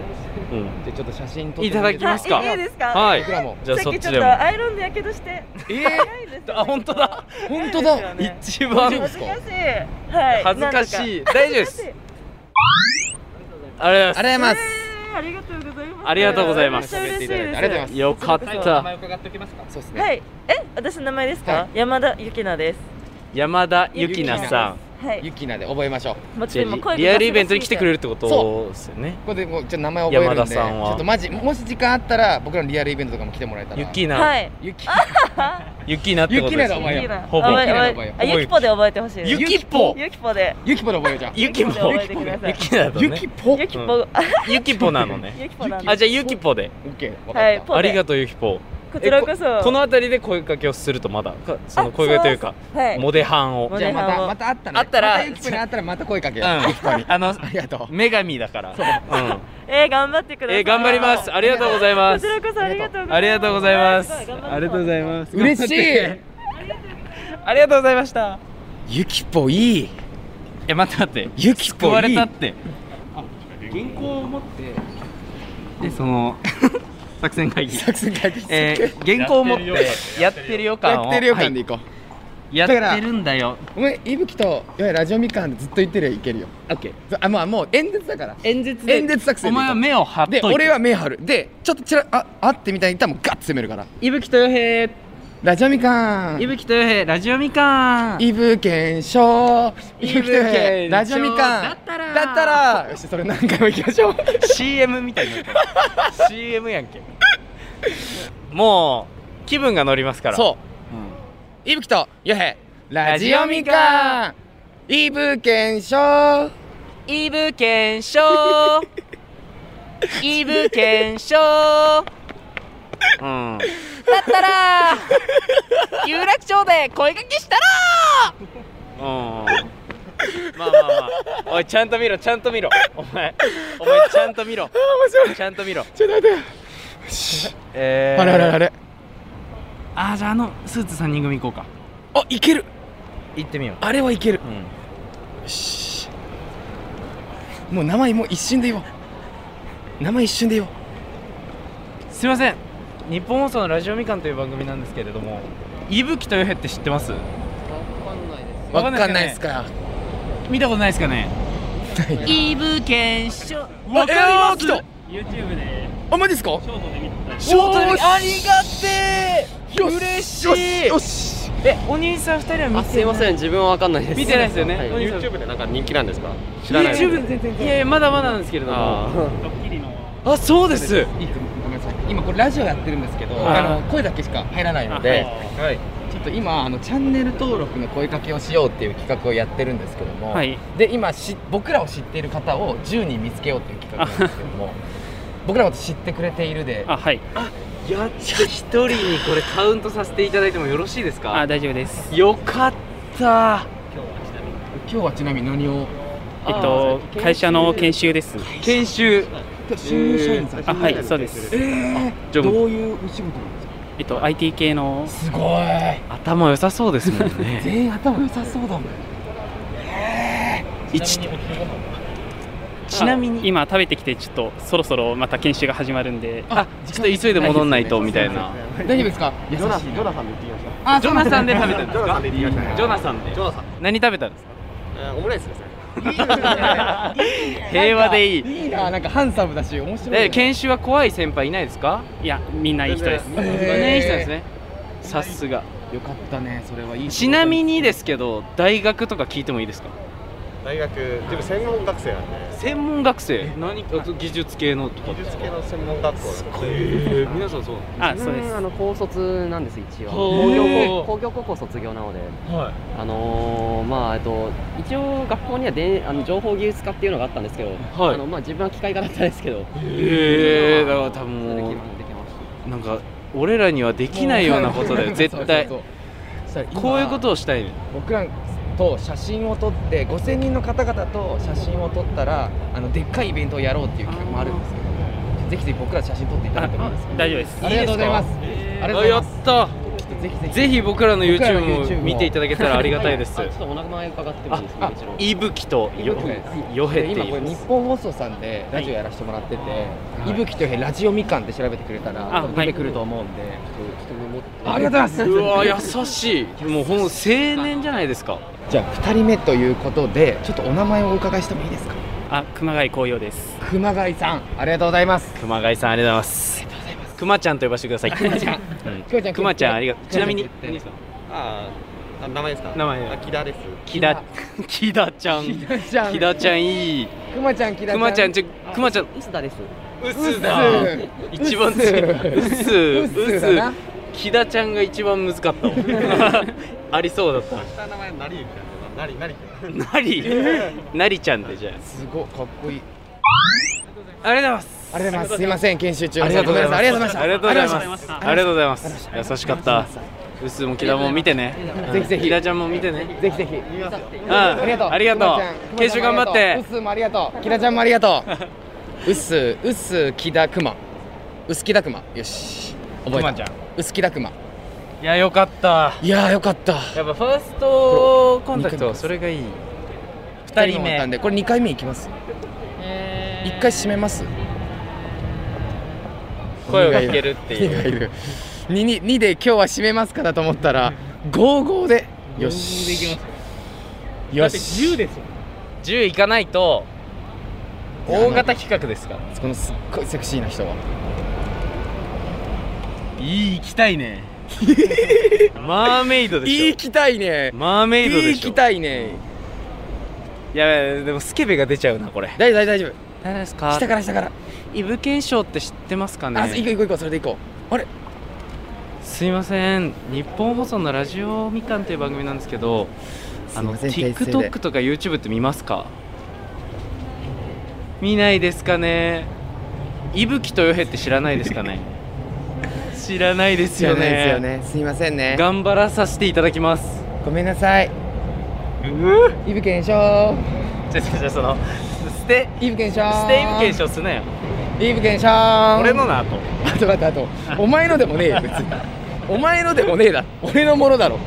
Speaker 2: うん、
Speaker 1: ゃあちょっと写真撮って
Speaker 2: いただきますか
Speaker 4: あいいですか
Speaker 2: はい
Speaker 1: 僕らも
Speaker 2: じゃあ
Speaker 4: さ
Speaker 2: そ
Speaker 4: っ
Speaker 2: っ
Speaker 4: きち
Speaker 2: ち
Speaker 4: ょっ
Speaker 2: でも
Speaker 4: とアイロンでやけどして
Speaker 1: え
Speaker 4: ないです
Speaker 2: あ本当だ
Speaker 1: ー本当だ
Speaker 4: ね
Speaker 2: 一番
Speaker 4: 恥ずかしいはい
Speaker 2: 恥ずかしい大丈夫です
Speaker 4: なんと
Speaker 2: ありがとうご
Speaker 1: あ
Speaker 2: ざい
Speaker 1: りがとうございます
Speaker 4: か
Speaker 2: ありがとうございます
Speaker 4: えーありがとうございますめっちゃ嬉しいです
Speaker 1: ありがとうございま
Speaker 2: ますよかっ
Speaker 5: 最後名
Speaker 2: た
Speaker 5: 前伺っておきますか
Speaker 1: そうですね
Speaker 4: はいえ私の名前です
Speaker 1: は
Speaker 4: か
Speaker 1: い
Speaker 4: 山田ゆきなです
Speaker 2: 山田ゆきなさ
Speaker 4: はい
Speaker 1: ユキナで覚えましょう
Speaker 4: も
Speaker 2: ん
Speaker 4: ち
Speaker 2: じゃ
Speaker 4: ろん
Speaker 2: あ
Speaker 4: 今声が
Speaker 2: リリアルイベントに来てくれ
Speaker 4: る
Speaker 2: るってことですよね
Speaker 1: ここでもうちょっと名前覚えるんで
Speaker 2: 山田さんは
Speaker 1: ちょっとマジもし時間あったら僕らのリアルイベントとかも来てもらえたら
Speaker 2: ゆき
Speaker 4: は
Speaker 2: ない
Speaker 1: ユキ
Speaker 2: ゆきなってことです
Speaker 1: ゆきなだ
Speaker 2: よ
Speaker 1: お前よ
Speaker 2: ね
Speaker 4: ゆきな
Speaker 2: ほぼ
Speaker 4: あ覚え
Speaker 1: ゆきなで
Speaker 4: 覚
Speaker 1: 覚えよ
Speaker 4: えあゆきぽで覚えてほしいです
Speaker 2: ゆきぽ
Speaker 4: ゆきぽで
Speaker 1: ユキポで覚えようじゃん
Speaker 2: ゆきぽ
Speaker 4: ゆきぽで覚えてください
Speaker 2: ゆきなだ
Speaker 1: ユ
Speaker 2: ね
Speaker 1: キポオ
Speaker 4: ゆ
Speaker 1: ッ
Speaker 4: きぽあ
Speaker 2: ゆきぽなのね
Speaker 4: ゆきぽなん
Speaker 2: あ
Speaker 4: で
Speaker 2: じゃあゆきぽで
Speaker 1: ケーわかった、
Speaker 4: はいぽ
Speaker 2: あり
Speaker 4: で
Speaker 2: がとうゆきぽ
Speaker 4: こちらこそ
Speaker 2: この辺りで声かけをするとまだかその声かけというか
Speaker 4: はい
Speaker 2: モデハンを
Speaker 4: モ
Speaker 1: じゃあま
Speaker 4: モネハ
Speaker 1: た
Speaker 4: を
Speaker 1: また会ったら
Speaker 2: 会ったら
Speaker 1: またユキポに会ったらまた声かけよう、ユキポに
Speaker 2: あの
Speaker 1: ありがとう
Speaker 2: 女神だからうん
Speaker 4: えー頑張ってください
Speaker 2: え頑張りますありがとうござい
Speaker 4: こ
Speaker 2: ます
Speaker 4: ちらこそありがとうございます
Speaker 2: ありがとうございます
Speaker 4: ありがとうございます
Speaker 2: ざいます
Speaker 1: 嬉しい
Speaker 2: ありがとうございました
Speaker 1: ユキポいい
Speaker 2: え待って待って
Speaker 1: ユキ
Speaker 2: 救
Speaker 1: ポ
Speaker 2: わ
Speaker 1: い
Speaker 2: れ
Speaker 1: い
Speaker 2: たって原稿を持ってでその *laughs* 作戦会議
Speaker 1: 作戦会議室
Speaker 2: えー、原稿を持ってやってるよ
Speaker 1: や
Speaker 2: 感を
Speaker 1: ってるよ感でいこう、
Speaker 2: はいやってるんだよ
Speaker 1: お前いぶきといわゆるラジオみかんでずっと言ってるよいけるよ
Speaker 2: オッケー
Speaker 1: ずあまあもう演説だから
Speaker 2: 演説
Speaker 1: 演説作戦
Speaker 2: お
Speaker 1: でいこう
Speaker 2: 前は目を張っとい
Speaker 1: で
Speaker 2: て
Speaker 1: 俺は目張るでちょっとちらあ会ってみたいに言ったらもうガッと攻めるから
Speaker 2: 伊吹とよへ
Speaker 1: ラジオみかん
Speaker 2: いぶきとよへラジオ
Speaker 1: *laughs*
Speaker 2: みかん
Speaker 1: イブ検証
Speaker 2: イブ
Speaker 1: イブ検証
Speaker 2: 検証
Speaker 1: ラジオみかん
Speaker 2: だったら
Speaker 1: だったらよしそれ何回も行きましょう
Speaker 2: CM みたいになってる CM やんけもう気分が乗りますから、
Speaker 1: そう
Speaker 2: ん、
Speaker 1: うイブキとヨヘラジオみかんイブ検証
Speaker 2: イブ検証イブ検証うんだったら有楽町で声かけしたらうんまあまあまあおいちゃんと見ろちゃんと見ろお前お前ちゃんと見ろ
Speaker 1: 面白い
Speaker 2: ちゃんと見ろ
Speaker 1: ちょっと待ってよ
Speaker 2: えー、
Speaker 1: あれあれあれ
Speaker 2: あーじゃああのスーツ3人組行こうか
Speaker 1: あいける
Speaker 2: 行ってみよ
Speaker 1: あれはいける
Speaker 2: う、うん、
Speaker 1: よしもう名前もう一瞬で言おう名前一瞬で言おう
Speaker 2: すいません日本放送の「ラジオみかん」という番組なんですけれども伊吹とよへって知ってます
Speaker 1: わ
Speaker 2: わ
Speaker 1: か
Speaker 2: か
Speaker 1: んな
Speaker 2: んないで
Speaker 1: いで
Speaker 2: すよ
Speaker 1: すから
Speaker 2: 見たことないですかね
Speaker 1: ない
Speaker 2: イブ検証
Speaker 1: わかります
Speaker 2: えー来
Speaker 5: YouTube で
Speaker 1: あマジですか
Speaker 5: ショートで見た
Speaker 2: たショートで
Speaker 1: よ
Speaker 2: 見
Speaker 1: し
Speaker 2: ありがて
Speaker 1: よし
Speaker 2: 嬉しい
Speaker 1: よしよし
Speaker 2: ーえお兄さん二人は見てすいません自分はわかんないです見てないですよね、お兄さん
Speaker 8: YouTube でなんか人気なんですか知らない
Speaker 2: YouTube いやいやまだまだなんですけれどもあ
Speaker 5: ドッキリの
Speaker 2: そうです
Speaker 1: いいかごめんなさい今これラジオやってるんですけど
Speaker 2: はい
Speaker 1: あの声だけしか入らないので、ちょっと今あのチャンネル登録の声かけをしようっていう企画をやってるんですけども、
Speaker 2: はい
Speaker 1: で今し僕らを知っている方を10人見つけようっていう企画なんですけども僕らのこと知ってくれているで
Speaker 5: あはい
Speaker 2: やっちゃ一人にこれカウントさせていただいてもよろしいですか
Speaker 5: 大丈夫です
Speaker 2: よかった
Speaker 1: 今日はちなみに何を
Speaker 5: えっと、会社の研修です。
Speaker 1: 研修
Speaker 6: 新入社員さん
Speaker 5: あ、はい、そうです。
Speaker 1: え
Speaker 2: じゃあもう
Speaker 1: どういうお仕事なんですか
Speaker 5: えっと、IT 系の、
Speaker 1: すごい
Speaker 2: 頭良さそうですもんね
Speaker 1: 全員頭良さそうだもん
Speaker 2: 一
Speaker 5: ちなみに今食べてきて、ちょっとそろそろまた研修が始まるんで、
Speaker 1: あ
Speaker 2: *laughs* ちょっと急いで戻んないとみたいな
Speaker 1: 大丈夫ですか
Speaker 6: ジョナサンジョナサンで行ってきました
Speaker 1: あ
Speaker 5: ジョナサンで食べたんで
Speaker 6: ジョナ
Speaker 5: す
Speaker 6: サ
Speaker 5: か
Speaker 6: ンで行ってきました
Speaker 5: ジョナサンで。
Speaker 2: ジョナサン
Speaker 5: 何食べたんですか
Speaker 2: えーオムライスですね
Speaker 5: 平和でいい。
Speaker 1: いいななんかハンサムだし面白い
Speaker 2: え研修は怖い先輩いないですか
Speaker 5: いや、みんないい人です。
Speaker 2: 全然
Speaker 1: へー
Speaker 2: いい人ですねさすが
Speaker 1: よかったねそれはいい
Speaker 2: ちなみにですけど大学とか聞いてもいいですか
Speaker 6: 大学自分専門学生なんで
Speaker 2: 専門学生何か技術系のとか
Speaker 6: 技術系の専門学校なんで
Speaker 2: えー皆さんそう
Speaker 5: あ、そうです
Speaker 9: んあ。の高卒なんです一応
Speaker 2: ほう
Speaker 9: 工業高工業高校卒業なので、
Speaker 2: はい
Speaker 9: あのーまあえっと一応学校にはであの情報技術科っていうのがあったんですけど、
Speaker 2: はい
Speaker 9: あのまあ自分は機械科だったんですけど、
Speaker 2: ええだから多
Speaker 9: それで
Speaker 2: 分も
Speaker 9: 決まできまし
Speaker 2: うなんか俺らにはできないようなこ
Speaker 1: *laughs*
Speaker 2: とだよ絶対
Speaker 1: そうそうそうしたら今
Speaker 2: こういうことをしたいね
Speaker 1: 僕らと写真を撮って5000人の方々と写真を撮ったらあのでっかいイベントをやろうっていう企画もあるんですけどぜひぜひ僕ら写真撮っていただいてもいいですか
Speaker 5: 大丈夫です。
Speaker 1: ありがとうございますありがとうござい
Speaker 2: や
Speaker 1: ま
Speaker 2: っ
Speaker 1: す
Speaker 2: た
Speaker 1: ちょっとぜひぜひ
Speaker 2: ぜひ僕らの
Speaker 1: 僕らの
Speaker 2: YouTube も
Speaker 1: YouTube も
Speaker 2: 見ていただけたらありがたいです
Speaker 9: た。あちょっとお名前伺ってもいいです
Speaker 1: あ
Speaker 9: か、もちろん。
Speaker 2: いぶきとよよへ
Speaker 1: で
Speaker 2: って
Speaker 1: 今これ
Speaker 2: い
Speaker 1: 日
Speaker 2: う
Speaker 1: 本放送さんでラジオやらせてもらってて、い、ぶきとよへラジオみかんって調べてくれた
Speaker 5: あ
Speaker 1: ら
Speaker 5: はい
Speaker 1: 出てくると思うんで、ありがとうございます
Speaker 2: うわ優しいもうほんと青年じゃないですか
Speaker 1: じゃあ2人目ということでちょっとお名前をお伺いしてもいいですか
Speaker 5: あ、熊谷紅葉です。
Speaker 1: 熊谷さんありがとうございます
Speaker 2: 熊谷さんありがとうございます熊ちゃんと呼ばせてください熊ちゃん
Speaker 1: 熊ちゃん
Speaker 2: 熊ちゃんありがちなみに
Speaker 6: あーあ名前ですか
Speaker 2: 名前
Speaker 6: あ木田です
Speaker 2: 木田木田ちゃん木
Speaker 1: 熊ちゃん
Speaker 2: 田ちゃんいい
Speaker 1: 熊ちゃんキラ
Speaker 2: 熊ちゃんちょ熊ちゃん
Speaker 9: 薄田です。
Speaker 2: う
Speaker 1: うっす
Speaker 2: すだ一番強いうっす
Speaker 1: う
Speaker 2: う
Speaker 1: っ
Speaker 2: っ
Speaker 1: すだな
Speaker 2: す木田ちゃんが一番難かったわ *laughs* ありそうだった
Speaker 6: 下の名前なりゆきなんでなりなりって
Speaker 2: なりなりちゃんでじゃ
Speaker 1: すごいかっこいいありがとうご
Speaker 2: あありがとうございます
Speaker 1: ざいますすいません研修中
Speaker 2: ありがとうございます
Speaker 1: ありがとうございました
Speaker 2: ありがとうござ
Speaker 1: あ
Speaker 2: い
Speaker 1: り
Speaker 2: ますありがとうございます優しかったうっすーも木田も見てね
Speaker 1: ぜひぜひ
Speaker 2: 木田ちゃんも見てね
Speaker 1: ぜひぜひ
Speaker 2: うん
Speaker 1: ありがとう
Speaker 2: ありが
Speaker 1: 熊
Speaker 2: と
Speaker 1: ちゃん
Speaker 2: う研修頑張って
Speaker 1: うっすーもありがとうキラちゃんもありがとううっすーうっすーキダクマうっすキダクマよし覚えた
Speaker 2: 熊ちゃん
Speaker 1: うっすキダクマ
Speaker 2: いやよかった
Speaker 1: いやーよかった
Speaker 2: やっぱファーストコンタクトはそれがいい二人
Speaker 1: も終わったん
Speaker 2: 目
Speaker 1: でこれ二回目いきます一回締めます
Speaker 2: 声をかけるっていう
Speaker 1: 鬼がいる鬼がいる 2, 2で今日は締めますかだと思ったら55でよしよし
Speaker 5: ですよ。
Speaker 2: 10いかないと大型企画ですから
Speaker 1: このすっごいセクシーな人はい
Speaker 2: い行きたいね *laughs* マーメイドで
Speaker 1: いい
Speaker 2: し
Speaker 1: きたいね
Speaker 2: ょマーメイド
Speaker 1: い
Speaker 2: で
Speaker 1: い
Speaker 2: しょ
Speaker 1: きたいね
Speaker 2: いやいやでもスケベが出ちゃうなこれ
Speaker 1: 大丈夫大丈夫
Speaker 2: 何ですか
Speaker 1: 下から下から
Speaker 2: イブ検証って知ってますか
Speaker 1: あ行こう
Speaker 2: ね
Speaker 1: 行こう行こうそれで行こうあれ
Speaker 2: すいません日本放送の「ラジオみかん」という番組なんですけどあの
Speaker 1: すいません訂正で
Speaker 2: TikTok とか YouTube って見ますか見ないですかね伊吹とよへって知らないです
Speaker 1: *laughs*
Speaker 2: かね知らないですよ
Speaker 1: 知らないです
Speaker 2: ね
Speaker 1: よねすいませんね
Speaker 2: 頑張らさせていただきます
Speaker 1: ごめんなさいイブ検証
Speaker 2: じゃじゃじゃその捨て
Speaker 1: イブ検証
Speaker 2: 捨てイブ検証すなよ
Speaker 1: イブ検証
Speaker 2: 俺のなあと
Speaker 1: あと待ってあとお前のでもねえよ別にお前のでもねえだ俺のものだろ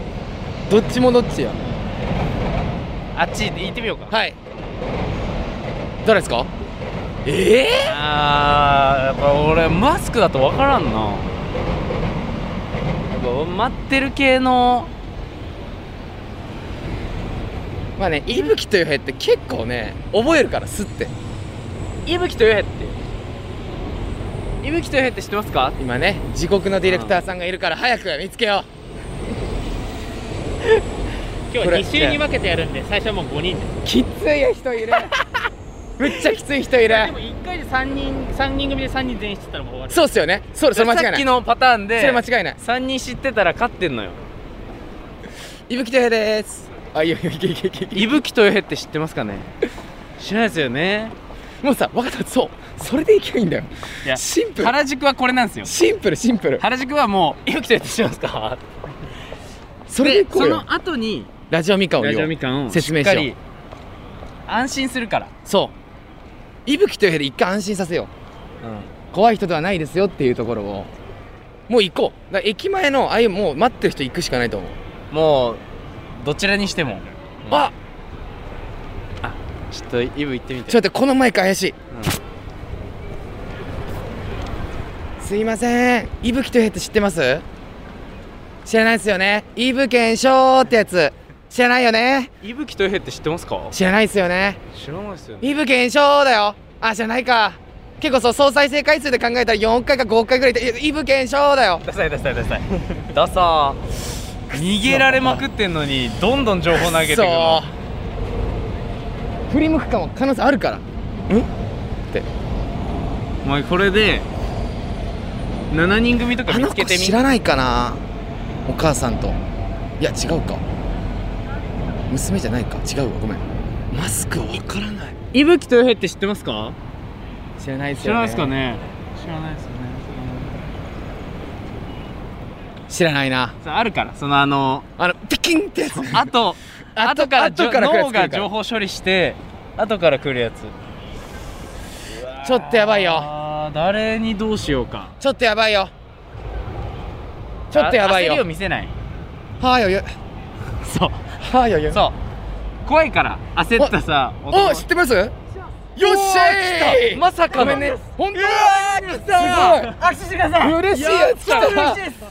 Speaker 1: どっちもどっちや
Speaker 2: あっち行ってみようか
Speaker 1: はい誰ですかええ
Speaker 2: あーやっぱ俺マスクだと分からんなやっぱ待ってる系の
Speaker 1: まあねいぶきというへって結構ね覚えるからすって
Speaker 2: 伊吹とよへって伊吹とよへって知ってますか
Speaker 1: 今ね地獄のディレクターさんがいるから早く見つけよ
Speaker 5: 今日は2週に分けてやるんで、最初はもう5人で。
Speaker 1: うきつい人 *laughs* いるむっちゃきつい人いる
Speaker 5: でも1回で3人、三人組で3人全員知ってたらもう終わり。
Speaker 1: そうっすよねそうそれ間違い
Speaker 2: さっ
Speaker 1: な
Speaker 2: き
Speaker 1: い
Speaker 2: のパターン
Speaker 1: それ間
Speaker 2: で
Speaker 1: 違いない
Speaker 2: 3人知ってたら勝ってんのよ
Speaker 1: いぶきとよへですあいいよいけいけいけいけいけ
Speaker 2: 伊吹とよへって知ってますかね知らないですよね
Speaker 1: もうさ分かったそうそれでいけばいいんだよ
Speaker 2: いや
Speaker 1: シンプル
Speaker 2: 原宿はこれなんですよ
Speaker 1: シンプルシンプル
Speaker 2: 原宿はもう伊吹とよへって知ってますか
Speaker 1: それでいこう
Speaker 2: そ
Speaker 1: よ
Speaker 2: の後に
Speaker 1: ラジオみかんを
Speaker 2: ラ
Speaker 1: 言
Speaker 2: ジ
Speaker 1: お
Speaker 2: オ
Speaker 1: う
Speaker 2: みかんを
Speaker 1: 説明しよう
Speaker 2: しっかり安心するから
Speaker 1: そう伊吹という部屋で一回安心させよう、怖い人ではないですよっていうところをもう行こうだから駅前のああいうもう待ってる人行くしかないと思う、
Speaker 2: もうどちらにしても
Speaker 1: あ
Speaker 10: ちょっとイブ行ってみて
Speaker 1: ちょっと待ってこのマイク怪しい、すいません伊吹という部屋って知ってます知らないですよね伊吹県翔ってやつ知らないよね
Speaker 10: 伊吹とよへって知ってますか
Speaker 1: 知らないですよね
Speaker 10: 知らないですよね
Speaker 1: イブ検証だよあじゃないか結構そう総再生回数で考えたら4回か5回ぐらいいてイブ検証だよ
Speaker 2: ダサいダサいダ *laughs* サいダサー逃げられまくってんのにどんどん情報投げてくるの
Speaker 1: う振り向くかも可能性あるから
Speaker 2: お前これで7人組とか
Speaker 1: あ
Speaker 2: 見
Speaker 1: の
Speaker 2: つ
Speaker 1: 子
Speaker 2: けてみ
Speaker 1: 知らないかなお母さんといや違うか娘じゃないか違うわごめんマスクは分からない
Speaker 2: 伊吹とよへって知ってますか
Speaker 1: 知らないです
Speaker 11: 知らないですか
Speaker 1: ね
Speaker 11: ね知らないですよね
Speaker 1: 知らないな
Speaker 2: あるからそのあの
Speaker 1: あのピキンってやつ
Speaker 2: あと
Speaker 1: あと
Speaker 2: 後からじょ
Speaker 1: 後から来るやつ
Speaker 2: 脳が情報処理して後から来るやつ
Speaker 1: ちょっとやばいよ
Speaker 2: あー誰にどうしようか
Speaker 1: ちょっとやばいよちょっとやばい
Speaker 2: あ焦りを
Speaker 1: よ
Speaker 2: 見せない
Speaker 1: はーよよ
Speaker 2: そう
Speaker 1: はーよよ
Speaker 2: そう怖いから焦ったさ
Speaker 1: お知ってますよっしゃー
Speaker 2: まさかの
Speaker 1: ごめんね本当だ
Speaker 2: 握手してくださ
Speaker 1: すごい嬉しいやつだ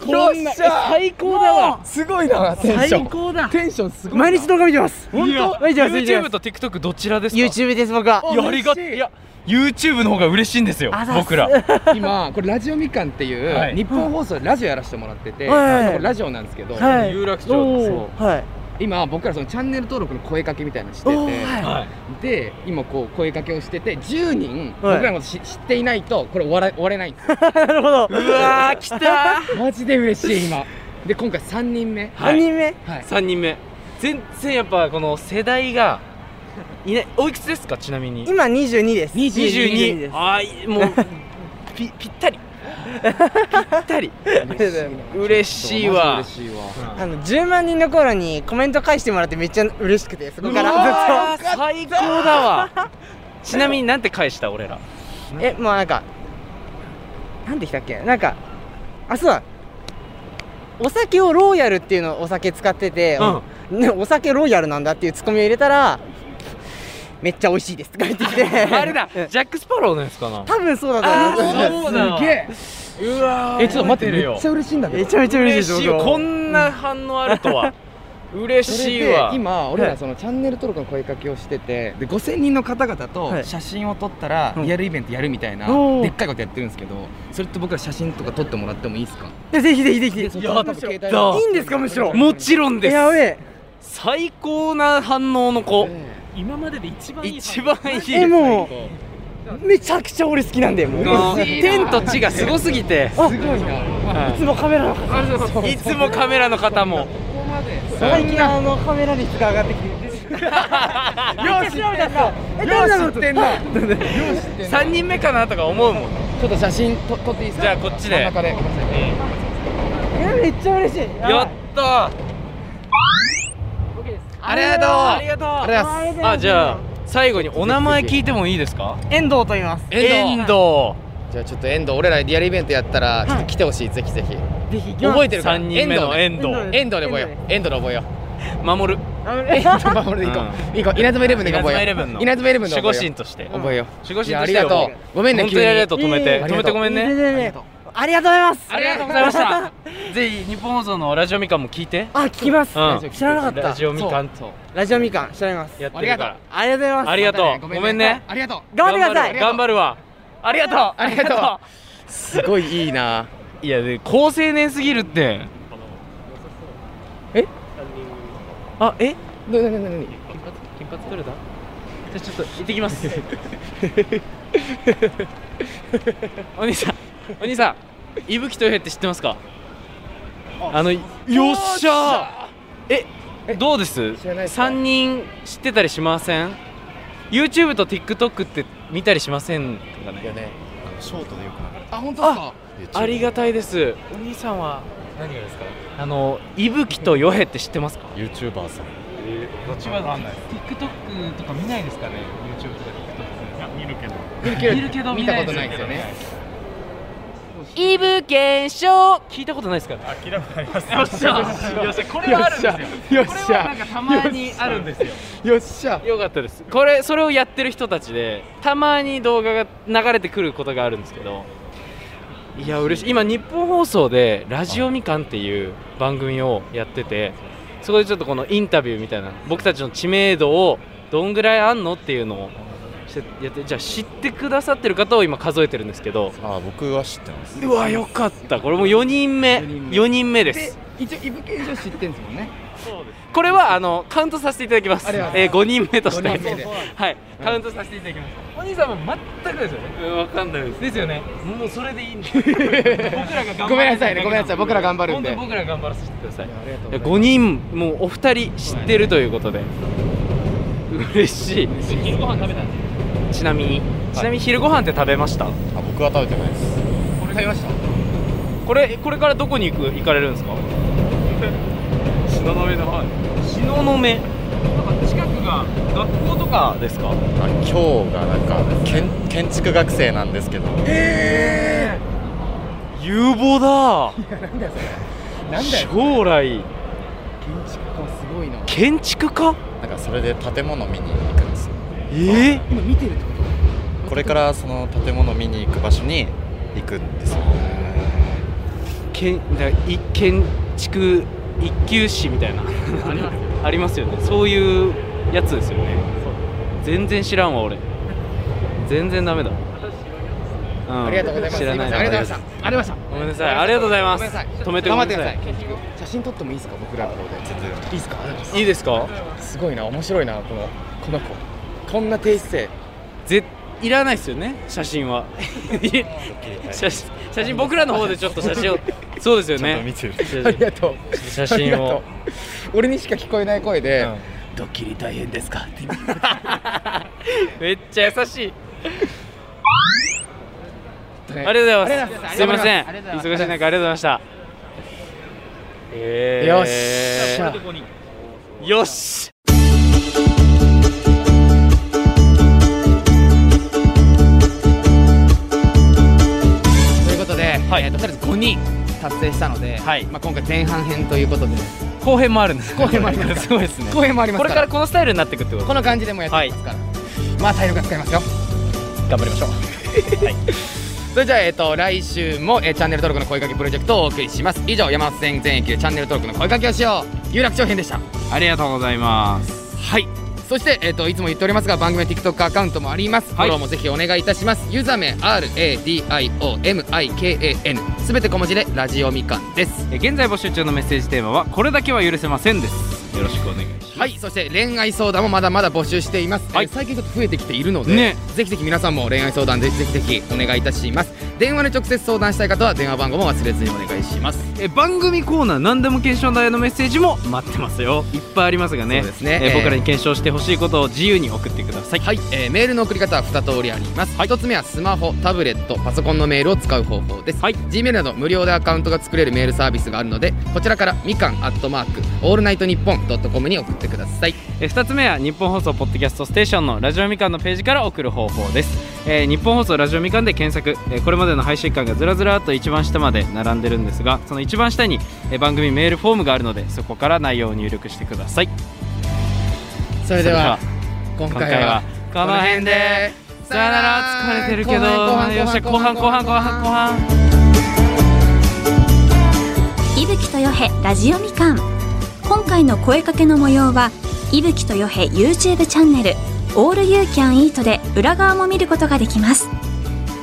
Speaker 1: こんな
Speaker 2: 最高だわ
Speaker 1: すごいなテンション
Speaker 2: 高だ
Speaker 1: テンションすごい
Speaker 2: 毎日
Speaker 1: 動画見てます
Speaker 2: 本当
Speaker 1: 見てます見てま
Speaker 2: YouTube と TikTok どちらですか
Speaker 4: YouTube です僕は
Speaker 2: やりが
Speaker 1: 嬉しい
Speaker 2: いや YouTube の方が嬉しいんですよ僕ら
Speaker 1: 今これラジオみかんっていう、
Speaker 2: はい
Speaker 1: 日本放送でラジオやらせてもらってて、
Speaker 4: はい
Speaker 1: あのラジオなんですけど、
Speaker 4: はい
Speaker 2: 有楽町
Speaker 4: おーはい
Speaker 1: 今僕らそのチャンネル登録の声かけみたいなのして
Speaker 4: お
Speaker 1: て、
Speaker 4: ーはい
Speaker 2: はい
Speaker 1: で今こう声かけをしてて10人、
Speaker 4: はい
Speaker 1: 僕らのこと知知っていないとこれ終わら終われないんですよ
Speaker 4: なるほど
Speaker 2: うわー来た
Speaker 1: マジで嬉しい今で今回3人目
Speaker 4: アニメ
Speaker 1: はい
Speaker 2: 3人目全然やっぱこの世代がいないおいくつですかちなみに
Speaker 4: 今22です22
Speaker 2: 22
Speaker 4: です
Speaker 2: あー *laughs* もうぴぴったりぴったり
Speaker 4: りがとうございま
Speaker 2: 嬉しいわ
Speaker 1: 嬉しいわ
Speaker 4: あの10万人の頃にコメント返してもらってめっちゃ嬉しくてそこか
Speaker 2: う
Speaker 4: ら
Speaker 2: わー最高だわちなみになんて返した俺ら
Speaker 4: ずっとえもうなんかなんてきたっけなんかあそうだお酒をロイヤルっていうのをお酒使ってて、ねお酒ロイヤルなんだっていうツッコミを入れたらめっちゃ美味しいですって返ってきて
Speaker 2: あれだ
Speaker 4: うん
Speaker 2: ジャック・スパローのやつかな
Speaker 4: 多分そうだと思う
Speaker 2: そうだわ
Speaker 1: すげえ
Speaker 2: うわ
Speaker 1: えちょっと待って
Speaker 2: る
Speaker 1: めっ
Speaker 2: よ
Speaker 1: ちゃ嬉しいんだけど
Speaker 4: めちゃめちゃ嬉し
Speaker 2: 嬉
Speaker 4: いです
Speaker 2: しいよ
Speaker 4: 僕
Speaker 2: こんな反応あるとは嬉
Speaker 1: そ
Speaker 2: し
Speaker 1: れ
Speaker 2: い
Speaker 1: で
Speaker 2: わ
Speaker 1: 今俺らそのチャンネル登録の声かけをしててで5000人の方々
Speaker 4: は
Speaker 1: と
Speaker 4: い
Speaker 1: 写真を撮ったら
Speaker 4: うん
Speaker 1: リアルイベントやるみたいな
Speaker 4: おー
Speaker 1: でっかいことやってるんですけどそれって僕ら写真とか撮ってもらってもいいですか
Speaker 4: えぜひぜひぜひぜひ
Speaker 1: やった
Speaker 4: いいんですかむしろ
Speaker 2: もちろんです
Speaker 4: やべ
Speaker 2: 最高な反応の子
Speaker 11: 今までで一番いい
Speaker 2: 一番いい
Speaker 4: ええもうめちゃくちゃ俺好きなんだよもう
Speaker 2: の天と地がすごすぎて
Speaker 4: あ
Speaker 1: すごいな
Speaker 4: いつもカメラの
Speaker 2: いつもカメラの方も
Speaker 4: 最近あのカメラ率が上がってきてよし
Speaker 1: *laughs*
Speaker 4: 調べたさえ誰なの
Speaker 1: よう知ってんな
Speaker 2: 3人目かなとか思うもん
Speaker 1: ちょっと写真と撮っていいですか
Speaker 2: じゃあこっちで
Speaker 1: 真ん中でごめんなさい
Speaker 4: えめっちゃ嬉しい
Speaker 2: やったー
Speaker 1: ありがとう
Speaker 2: ありがとう
Speaker 1: ありがとうございます
Speaker 2: あじゃあ最後にお名前聞いてもいいですか
Speaker 4: 遠藤と言います
Speaker 2: 遠藤
Speaker 1: じゃあちょっと遠藤俺らリアルイベントやったらちょっと来てほしいぜひぜひ
Speaker 4: ぜひ
Speaker 1: 覚えてるから
Speaker 2: 3人目の遠藤
Speaker 4: 遠藤
Speaker 1: 遠藤で覚えよう遠藤で覚え *laughs* よう
Speaker 2: 守る
Speaker 1: 遠藤で覚えよう行こう行こう稲妻イレブンで覚えよう
Speaker 2: 稲妻イレブンの
Speaker 1: 稲妻イレブンで
Speaker 2: 守
Speaker 1: 覚
Speaker 2: 護
Speaker 1: えよう
Speaker 2: 神として
Speaker 1: 覚えよ
Speaker 2: 守護
Speaker 1: うい
Speaker 2: 神
Speaker 1: やあ
Speaker 2: とし
Speaker 1: り
Speaker 2: て
Speaker 1: がと
Speaker 2: う
Speaker 1: うごめんね
Speaker 2: 本当
Speaker 1: 急
Speaker 2: に
Speaker 1: に
Speaker 2: ありがとう止め
Speaker 4: いい
Speaker 2: て止めてごめん
Speaker 4: ね
Speaker 2: ね
Speaker 4: ねねありがとうございます
Speaker 2: ありがとうございました *laughs* ぜひ日本放送のラジオみかんも聞いて
Speaker 4: あ聞きます
Speaker 2: うん
Speaker 4: 知らなか
Speaker 2: ラ
Speaker 4: った
Speaker 2: ジオみかんと
Speaker 4: ラジオみかん知らないます
Speaker 2: やってるから
Speaker 4: ありがとうございます
Speaker 2: ありがとう
Speaker 1: また
Speaker 2: ごめんね
Speaker 1: ありがとう
Speaker 4: 頑張ってください
Speaker 2: 頑張るわありがとう
Speaker 1: ありがとうすごいいいな。
Speaker 2: いやで高青年すぎるってえあえ
Speaker 1: ななななに。
Speaker 2: 金髪金髪取れたじゃあちょっと行ってきますお兄さんお兄さん伊吹とよへって知ってますかあのよっしゃーえどうです
Speaker 1: 知らないですか
Speaker 2: 三人知ってたりしません YouTube と TikTok って見たりしませんかね
Speaker 1: ね。
Speaker 12: ショートでよく流れ
Speaker 1: あ本当ですか。
Speaker 2: ありがたいです。お兄さんは
Speaker 12: 何がですか
Speaker 2: あの伊吹とヨヘって知ってますか？
Speaker 12: ユーチューバーさん
Speaker 13: どっちがなんない TikTok とか見ないですかね YouTube とか TikTok いや見るけど
Speaker 1: 見るけど見たことないですよね
Speaker 14: イブ現象
Speaker 2: 聞いたことないですから
Speaker 13: 諦めあります
Speaker 2: よっしゃよっしゃこれはあるんですよ
Speaker 1: よっしゃ
Speaker 2: これはなんかたまにあるんですよ
Speaker 1: よっしゃ
Speaker 2: よかったですこれそれをやってる人たちでたまに動画が流れてくることがあるんですけどいや嬉しい今日本放送で「ラジオみかん」っていう番組をやっててそこでちょっとこのインタビューみたいな僕たちの知名度をどんぐらいあんのっていうのをしてやってじゃあ知ってくださってる方を今数えてるんですけど
Speaker 6: あ僕は知ってます
Speaker 2: うわよかったこれもう4人目4人目です
Speaker 1: 一応イブ検証知ってんですもんね
Speaker 2: これはあのカウントさせていただきます。
Speaker 1: あり
Speaker 2: え
Speaker 1: がとうござい
Speaker 2: ー
Speaker 1: ます
Speaker 2: 五人目として、
Speaker 1: 五人目で
Speaker 2: はい、カウントさせていただきます。お兄さんも全くですよね。わかんないです。ですよね。もうそれでいいんで。 *laughs* 僕らが頑張る
Speaker 1: ごめんなさいねごめんなさい僕ら頑張るんで
Speaker 2: 本当に僕ら頑張らせてください。
Speaker 1: とう
Speaker 2: いや五人もうお二人知ってるということで、嬉しい。昼ご飯食べたんです。ちなみに、ちなみに昼ご飯って食べました。あ
Speaker 6: 僕は食べてないです。
Speaker 1: これ買いました
Speaker 2: これこれからどこに行く行かれるんですか。
Speaker 13: 篠の上の方
Speaker 2: 東雲
Speaker 13: なんか近くが学校とか
Speaker 2: ですか。
Speaker 6: あ今日がなんか建建築学生なんですけど
Speaker 1: え
Speaker 2: 有望だ。
Speaker 1: えー、なんだよそれなんだよ
Speaker 2: 将来
Speaker 1: 建築家すごいな
Speaker 2: 建築家？
Speaker 6: なんかそれで建物見に行くんですよ
Speaker 2: ええ
Speaker 1: 今見てるってこ
Speaker 6: これからその建物見に行く場所に行くんですよ
Speaker 2: 建だ一建築一級士みたいなありますよねそういうやつですよね全然知らんわ俺全然ダメだ、うん
Speaker 1: とありがとうございます
Speaker 2: 知らないの
Speaker 1: ありがとうございましたありがとうございました
Speaker 2: ごめんなさいありがとうございます
Speaker 1: ごめんなさ
Speaker 2: 止めてください
Speaker 1: 頑張ってください写真撮ってもいいですか僕らの方でいいですかなんか
Speaker 2: いいですか
Speaker 1: すごいな面白いなこのこの子こんな低姿勢
Speaker 2: ぜいらないですよね写真は写真写真僕らの方でちょっと写真をそうですよ
Speaker 6: ちゃんと見
Speaker 2: ね
Speaker 6: てる
Speaker 1: ありがとう
Speaker 2: 写真
Speaker 1: ありがと
Speaker 2: を
Speaker 1: う俺にしか聞こえない声で、ドッキリ大変ですかって言って
Speaker 2: めっちゃ優しい
Speaker 1: ね
Speaker 2: ありがとうござい
Speaker 1: ありがとうございま
Speaker 2: ま。
Speaker 1: すす
Speaker 2: すいません。
Speaker 1: ありがとうござい
Speaker 2: 忙
Speaker 1: ます
Speaker 2: しい中ありがとうございました。
Speaker 1: よっ
Speaker 2: え
Speaker 1: しゃ
Speaker 2: ー、よし。
Speaker 1: ということで、
Speaker 2: はい
Speaker 1: えーととりあえず5人達成したので、
Speaker 2: はい
Speaker 1: まあ、今回前半編ということで
Speaker 2: 後編もあるんです。
Speaker 1: 後編もあります
Speaker 2: すごいですね。
Speaker 1: 後編もありま
Speaker 2: こ
Speaker 1: す
Speaker 2: れ
Speaker 1: から
Speaker 2: からこのスタイルになっていくってこと。
Speaker 1: この感じでもやっていきますから、まあ体力が使いますよ
Speaker 2: 頑張りましょう。
Speaker 1: それじゃあ、えー、と来週も、えーチャンネル登録の声かけプロジェクトをお送りします以上山手線全域でチャンネル登録の声かけをしよう有楽町編でした
Speaker 2: ありがとうございます。
Speaker 1: はいそして、えー、といつも言っておりますが番組の TikTok アカウントもあります、
Speaker 2: はい
Speaker 1: フォローもぜひお願いいたしますユーザー名 RADIOMIKAN すべて小文字でラジオみかんです
Speaker 2: え現在募集中のメッセージテーマはこれだけは許せませんです。よろしくお願いします。
Speaker 1: はいそして恋愛相談もまだまだ募集しています、
Speaker 2: はい
Speaker 1: えー最近ちょっと増えてきているので、
Speaker 2: ね
Speaker 1: ぜひぜひ皆さんも恋愛相談ぜひぜひぜひお願いいたします電話で直接相談したい方は電話番号も忘れずにお願いします
Speaker 2: え番組コーナー何でも検証台のメッセージも待ってますよいっぱいありますがね
Speaker 1: そうですね
Speaker 2: え
Speaker 1: えー
Speaker 2: 僕らに検証してほしいことを自由に送ってください
Speaker 1: はい、えーメールの送り方は2通りあります、1つ目はスマホタブレットパソコンのメールを使う方法です、
Speaker 2: はい
Speaker 1: Gmail など無料でアカウントが作れるメールサービスがあるのでこちらからみかんアットマークオールナイトニッポンドットコムに送ってください
Speaker 2: え2つ目は日本放送ポッドキャストステーションのラジオみかんのページから送る方法です、えー日本放送ラジオみかんで検索、えーこれまでの配信間がずらずらっと一番下まで並んでるんですがその一番下に、えー番組メールフォームがあるのでそこから内容を入力してください
Speaker 1: それでは今
Speaker 2: 今
Speaker 1: 回
Speaker 2: 回は
Speaker 1: は
Speaker 2: この辺でさよなら疲れてるけどよっしゃ後半後半後半後半
Speaker 3: 伊吹とよへラジオみかん今回の声かけの模様は伊吹とよへ YouTube チャンネル「オールユーキャンイートで裏側も見ることができます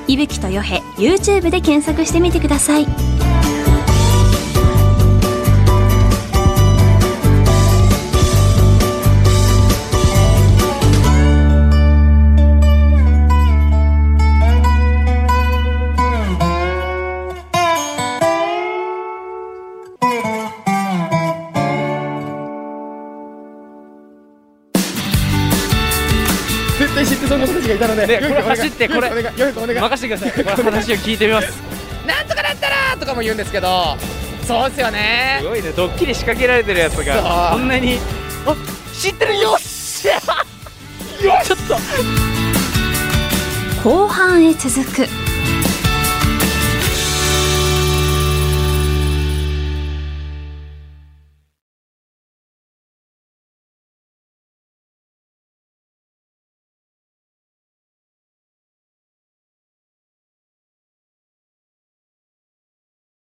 Speaker 3: 伊吹とよへ YouTube で検索してみてください
Speaker 1: 絶対知ってそうな人たちがいたので、
Speaker 2: ね
Speaker 1: よい
Speaker 2: これ走ってこれ
Speaker 1: よいお願いよいお願い
Speaker 2: 任せてくださいこの話を聞いてみます
Speaker 1: なんとかなったらとかも言うんですけどそうっすよね
Speaker 2: すごいねドッキリ仕掛けられてるやつ
Speaker 1: そう
Speaker 2: がこんなにあ知ってるよっしゃ
Speaker 3: 後半へ続く